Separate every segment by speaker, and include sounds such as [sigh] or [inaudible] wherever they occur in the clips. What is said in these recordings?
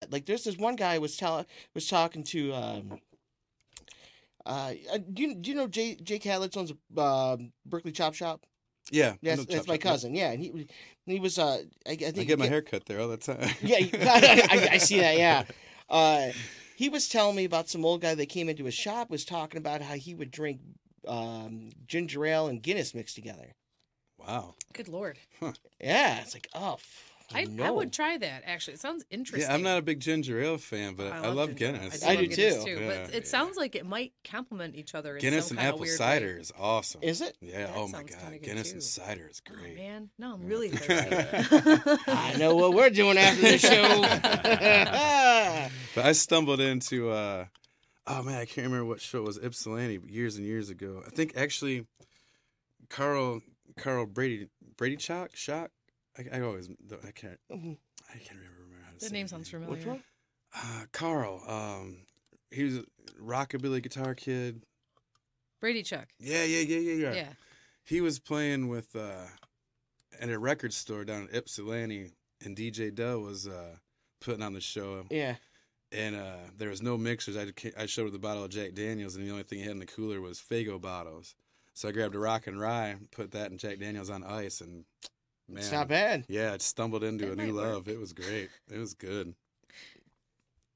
Speaker 1: that. Like there's this one guy was telling was talking to um uh uh, do you, do you know Jay Jay Khaled owns a uh, Berkeley Chop Shop?
Speaker 2: Yeah.
Speaker 1: Yes,
Speaker 2: no
Speaker 1: that's
Speaker 2: chop
Speaker 1: my
Speaker 2: shop.
Speaker 1: cousin. Yeah, and he was- he was uh I, I think
Speaker 2: I
Speaker 1: he
Speaker 2: get my
Speaker 1: get-
Speaker 2: hair cut there all the [laughs] time.
Speaker 1: Yeah, I, [laughs] I, I see that.
Speaker 2: [laughs]
Speaker 1: Yeah. Uh, he was telling me about some old guy that came into his shop was talking about how he would drink um, ginger ale and Guinness mixed together.
Speaker 2: Wow.
Speaker 3: Good lord.
Speaker 1: Yeah, it's like oh, f-
Speaker 3: I, I
Speaker 1: no.
Speaker 3: would try that actually. It sounds interesting. Oh,
Speaker 2: Yeah, I'm not a big ginger ale fan, but I,
Speaker 3: I
Speaker 2: love,
Speaker 3: ginger ale.
Speaker 2: Guinness.
Speaker 1: I
Speaker 3: love
Speaker 1: do
Speaker 3: Guinness
Speaker 1: too.
Speaker 3: But
Speaker 2: Yeah,
Speaker 3: it
Speaker 2: yeah.
Speaker 3: sounds like it might complement each other. In
Speaker 2: Guinness
Speaker 3: some
Speaker 2: and
Speaker 3: kinda
Speaker 2: apple
Speaker 3: weird way.
Speaker 2: cider is awesome.
Speaker 1: Is it?
Speaker 2: Yeah.
Speaker 3: That
Speaker 2: oh my
Speaker 3: sounds kinda
Speaker 2: god,
Speaker 3: good
Speaker 2: Guinness
Speaker 3: too.
Speaker 2: and cider is
Speaker 3: Oh,
Speaker 2: great.
Speaker 3: man, no, I'm
Speaker 2: Yeah.
Speaker 3: really thirsty.
Speaker 1: [laughs] I know what we're doing after the show.
Speaker 3: [laughs]
Speaker 2: but I stumbled into uh, oh man, I can't remember what show it was Ypsilanti but years and years ago. I think actually, Carl Carl Brady Brady Chalk Shock. I, I always I can't
Speaker 1: [laughs]
Speaker 2: I can't remember how to say
Speaker 3: the name sounds familiar.
Speaker 1: Which one?
Speaker 2: Uh, Carl. Um, he was a rockabilly guitar kid.
Speaker 3: [laughs] Brady Chuck.
Speaker 2: Yeah, yeah, yeah, yeah, yeah.
Speaker 3: Yeah.
Speaker 2: He was playing with uh, at a record store down in Ypsilanti, and DJ Dell was uh, putting on the show.
Speaker 1: Yeah.
Speaker 2: And uh, there was no mixers. I, ca- I showed her the bottle of Jack Daniels, and the only thing he had in the cooler was Fago bottles. So I grabbed a rock and rye, put that and Jack Daniels on ice, and man,
Speaker 1: It's not bad.
Speaker 2: yeah, it stumbled into
Speaker 3: That
Speaker 2: a new
Speaker 3: might
Speaker 2: love.
Speaker 3: work.
Speaker 2: It was great. It was good.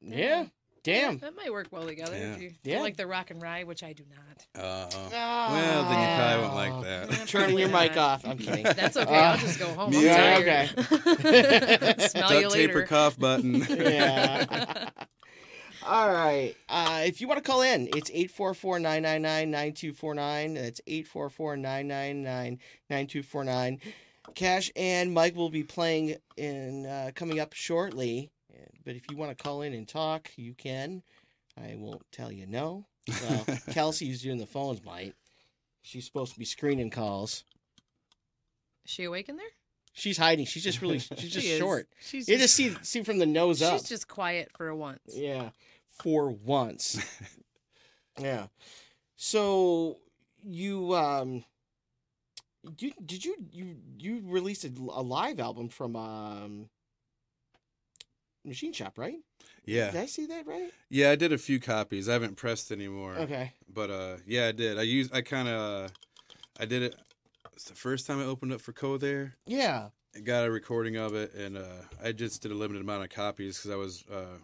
Speaker 1: Yeah.
Speaker 3: Yeah.
Speaker 1: Damn.
Speaker 3: That might work well together.
Speaker 2: Yeah.
Speaker 3: If you
Speaker 1: Yeah.
Speaker 3: yeah. like the rock and rye, which I do not.
Speaker 2: [laughs]
Speaker 3: [laughs]
Speaker 2: Uh, well, then you probably won't
Speaker 3: Oh,
Speaker 2: like that.
Speaker 3: Yeah,
Speaker 1: Ah. Turn
Speaker 3: probably
Speaker 1: your mic
Speaker 3: not.
Speaker 1: off. I'm
Speaker 2: [laughs]
Speaker 1: kidding.
Speaker 3: That's okay.
Speaker 1: Uh,
Speaker 3: I'll just go home. I'm
Speaker 2: yeah,
Speaker 1: okay.
Speaker 3: tired. [laughs] Smell you
Speaker 2: Duct tape or
Speaker 3: later.
Speaker 2: cough button.
Speaker 1: [laughs] yeah. [laughs] All right. Uh, if you want to call in, it's 844 999 9249. That's 844 999 9249. Cash and Mike will be playing in uh, coming up shortly. But if you want to call in and talk, you can. I won't tell you no. Well, Kelsey, who's doing the phones, might. She's supposed to be screening calls.
Speaker 3: Is she awake in there?
Speaker 1: She's hiding. She's just really. She's just
Speaker 3: [laughs] She is.
Speaker 1: short.
Speaker 3: She's
Speaker 1: You just
Speaker 3: just,
Speaker 1: see see from the nose up.
Speaker 3: she's just quiet for once.
Speaker 1: Yeah, for
Speaker 2: [laughs]
Speaker 1: once. yeah. So you um, you did you you you released a, a live album from um, Machine Shop, right? Did
Speaker 2: [laughs] yeah,
Speaker 1: I see that right?
Speaker 2: yeah. I did a few copies. I haven't pressed anymore.
Speaker 1: Okay.
Speaker 2: But uh, yeah, I did. I used. I kind of. Uh, I did it. It's the first time I opened up for Co there.
Speaker 1: Yeah.
Speaker 2: I got a recording of it, and uh, I just did a limited amount of copies because I was uh,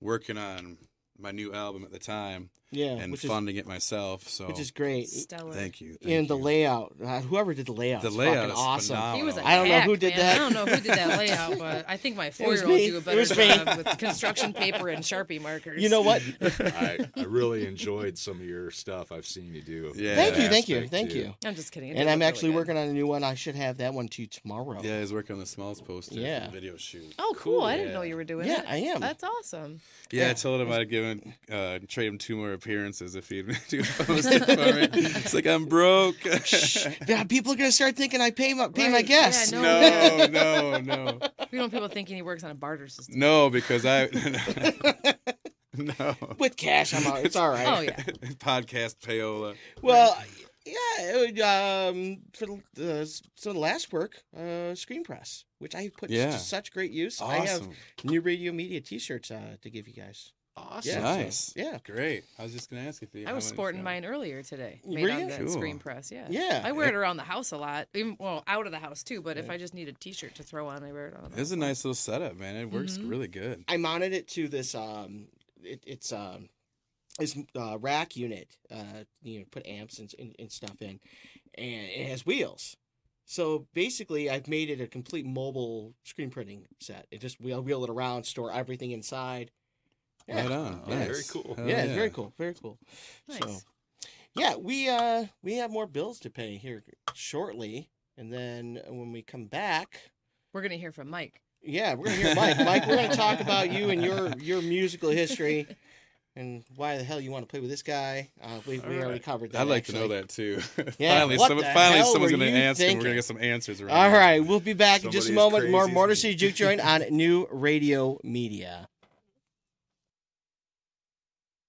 Speaker 2: working on my new album at the time
Speaker 1: Yeah.
Speaker 2: and
Speaker 1: which
Speaker 2: funding it myself. So
Speaker 1: is which is great.
Speaker 3: Stellar.
Speaker 2: thank you.
Speaker 1: and
Speaker 2: thank
Speaker 1: the
Speaker 2: you.
Speaker 1: layout, uh, whoever did the layout,
Speaker 2: The
Speaker 1: is
Speaker 2: layout
Speaker 1: fucking
Speaker 2: is
Speaker 1: awesome.
Speaker 2: phenomenal.
Speaker 3: He was a
Speaker 1: I don't know
Speaker 3: hack,
Speaker 1: who did
Speaker 3: man.
Speaker 1: that.
Speaker 3: I don't know who
Speaker 1: [laughs]
Speaker 3: did that layout, but I think my four
Speaker 1: was
Speaker 3: year old
Speaker 1: me.
Speaker 3: do a
Speaker 1: It
Speaker 3: better
Speaker 1: was me.
Speaker 3: job with construction paper and Sharpie markers.
Speaker 1: You know
Speaker 2: [laughs]
Speaker 1: what?
Speaker 4: [laughs]
Speaker 5: I, I really enjoyed some of your stuff I've seen you do.
Speaker 2: Yeah.
Speaker 1: thank you, thank you,
Speaker 5: Aspect
Speaker 1: thank
Speaker 5: too.
Speaker 1: you.
Speaker 3: I'm just kidding. It
Speaker 1: And
Speaker 3: did
Speaker 1: I'm
Speaker 3: look really
Speaker 1: actually
Speaker 3: good.
Speaker 1: working on a new one. I should have that one to you tomorrow.
Speaker 2: Yeah, I was working on the smalls poster. Yeah,
Speaker 1: Yeah.
Speaker 2: video shoot.
Speaker 3: Oh, cool. I
Speaker 2: Yeah.
Speaker 3: didn't know you were doing
Speaker 1: Yeah,
Speaker 3: that.
Speaker 1: I am.
Speaker 3: That's awesome.
Speaker 2: Yeah,
Speaker 1: Yeah.
Speaker 2: I told him I'd give him uh, trade him two more appearances if he'd [laughs] do a
Speaker 1: [laughs]
Speaker 2: poster for me. It's like I'm broke. [laughs]
Speaker 1: Yeah, people are gonna start thinking I pay my pay my
Speaker 3: Right.
Speaker 1: guests.
Speaker 2: no,
Speaker 3: Yeah,
Speaker 2: no, no,
Speaker 3: We don't want people thinking he works on a barter system.
Speaker 2: no, because I [laughs] no [laughs]
Speaker 1: With cash, I'm out. It's all [laughs] right.
Speaker 3: Oh, yeah.
Speaker 2: podcast payola.
Speaker 1: Well, yeah. it would, Um, for the, uh, some of the last work, uh, screen press, which I put
Speaker 2: Yeah.
Speaker 1: to such great use. I have
Speaker 2: Awesome,
Speaker 1: new radio media T-shirts uh, to give you guys.
Speaker 5: Awesome.
Speaker 1: Yeah, so-
Speaker 2: nice,
Speaker 1: yeah.
Speaker 2: great. I was just gonna ask you. if you-
Speaker 3: I
Speaker 2: how uh,
Speaker 3: was
Speaker 2: many-
Speaker 3: sporting mine earlier today.
Speaker 1: Were
Speaker 3: Made on
Speaker 1: you?
Speaker 3: that
Speaker 2: Cool.
Speaker 3: screen press. Yeah.
Speaker 1: Yeah.
Speaker 3: I wear it around the house a lot. Even well, out of the house too, but if I just need a t shirt to throw on, I wear it on.
Speaker 2: This is a nice little setup, man. It works
Speaker 1: Mm-hmm.
Speaker 3: Mhm.
Speaker 2: really good.
Speaker 1: I mounted it to this. Um, it, it's um, this uh, rack unit. Uh, you know, put amps and, and, and stuff in, and it has wheels. So basically, I've made it a complete mobile screen printing set. It just wheel wheel it around, store everything inside. Yeah. Oh,
Speaker 2: Right on.
Speaker 5: Yeah,
Speaker 2: nice.
Speaker 5: very cool.
Speaker 2: Hell
Speaker 1: yeah, it's very cool. Very cool.
Speaker 3: Nice.
Speaker 1: So, yeah, we uh we have more bills to pay here shortly, and then when we come back,
Speaker 3: We're gonna hear from Mike.
Speaker 1: yeah, we're gonna hear Mike. Mike, we're gonna talk about you and your your musical history, and why the hell you want to play with this guy. Uh, we we already covered that.
Speaker 2: I'd like to know
Speaker 1: actually.
Speaker 2: that too. [laughs]
Speaker 1: Yeah,
Speaker 2: finally,
Speaker 1: what
Speaker 2: someone,
Speaker 1: the
Speaker 2: finally,
Speaker 1: hell
Speaker 2: someone's
Speaker 1: were
Speaker 2: gonna
Speaker 1: you
Speaker 2: answer. and We're
Speaker 1: thinking?
Speaker 2: gonna get some answers around.
Speaker 1: All
Speaker 2: here.
Speaker 1: right, we'll be back in just a
Speaker 5: Somebody's
Speaker 1: moment. More
Speaker 5: crazy.
Speaker 1: Motor City Juke Joint
Speaker 2: [laughs]
Speaker 1: on New Radio Media.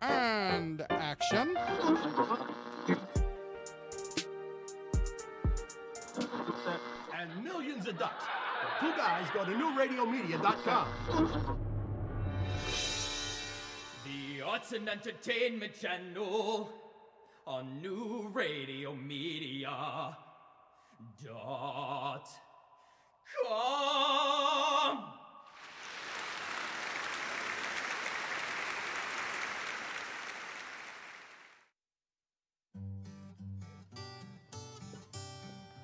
Speaker 6: And action.
Speaker 4: and millions of ducks. The two guys go to newradiomedia.com.
Speaker 7: The Arts and Entertainment Channel on New Radio Media dot com.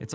Speaker 8: It's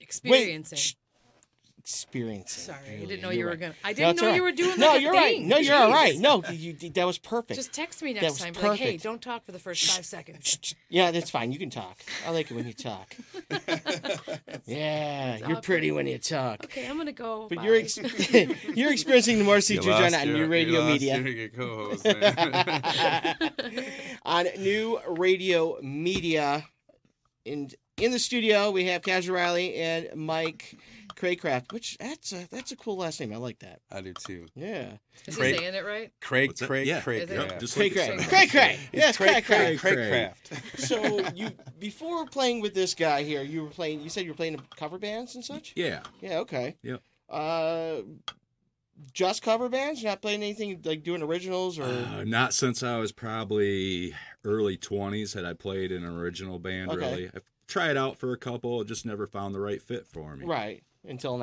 Speaker 3: Experiencing.
Speaker 1: shh. Experiencing.
Speaker 3: Sorry, I
Speaker 1: Really,
Speaker 3: didn't know
Speaker 1: you're
Speaker 3: you were
Speaker 1: right.
Speaker 3: gonna. I
Speaker 1: No,
Speaker 3: didn't
Speaker 1: it's
Speaker 3: know
Speaker 1: all
Speaker 3: you were
Speaker 1: right.
Speaker 3: doing
Speaker 1: No,
Speaker 3: like a
Speaker 1: you're right.
Speaker 3: thing.
Speaker 1: No, you're all
Speaker 3: Jeez.
Speaker 1: right. No, you, you- that was perfect.
Speaker 3: Just text me
Speaker 1: That
Speaker 3: next
Speaker 1: was
Speaker 3: time. be Like, hey,
Speaker 1: perfect.
Speaker 3: don't talk for the first
Speaker 1: [laughs]
Speaker 3: five seconds.
Speaker 1: Yeah, that's fine. You can talk. I like it when you [laughs] talk. yeah, you're pretty when you talk.
Speaker 3: okay, I'm gonna go.
Speaker 1: But
Speaker 3: Bye.
Speaker 1: you're
Speaker 3: [laughs]
Speaker 1: ex- [laughs] you're experiencing the Marcy
Speaker 2: You lost
Speaker 1: Georgiana on
Speaker 2: your-
Speaker 1: New
Speaker 2: you
Speaker 1: Radio
Speaker 2: lost
Speaker 1: Media.
Speaker 2: [laughs] your- your co-host, man.
Speaker 1: [laughs] on New Radio Media. In in the studio, we have Casual Riley and Mike Craycraft, which that's a that's a cool last name. I like that.
Speaker 2: I do too.
Speaker 1: Yeah,
Speaker 3: Is
Speaker 2: Craig-
Speaker 3: he saying it right?
Speaker 2: Craig,
Speaker 5: What's that?
Speaker 2: Craig,
Speaker 5: Yeah.
Speaker 2: Craig,
Speaker 3: Is it?
Speaker 2: Craig.
Speaker 5: Yep, just like it
Speaker 1: Craycraft.
Speaker 5: sounds.
Speaker 1: Craycraft. Yes,
Speaker 2: Craig, Craig,
Speaker 1: Craycraft.
Speaker 2: Craig,
Speaker 5: Craig.
Speaker 2: Craft.
Speaker 1: So you before playing with this guy here, you were playing. You said you were playing cover bands and such.
Speaker 5: Yeah.
Speaker 1: Yeah. Okay.
Speaker 5: Yep.
Speaker 1: Uh, just cover bands. You're not playing anything like doing originals or.
Speaker 5: Uh, not since I was probably early 20s had I played in an original band,
Speaker 1: Okay.
Speaker 5: really. I tried out for a couple, just never found the right fit for me.
Speaker 1: Right. Until now.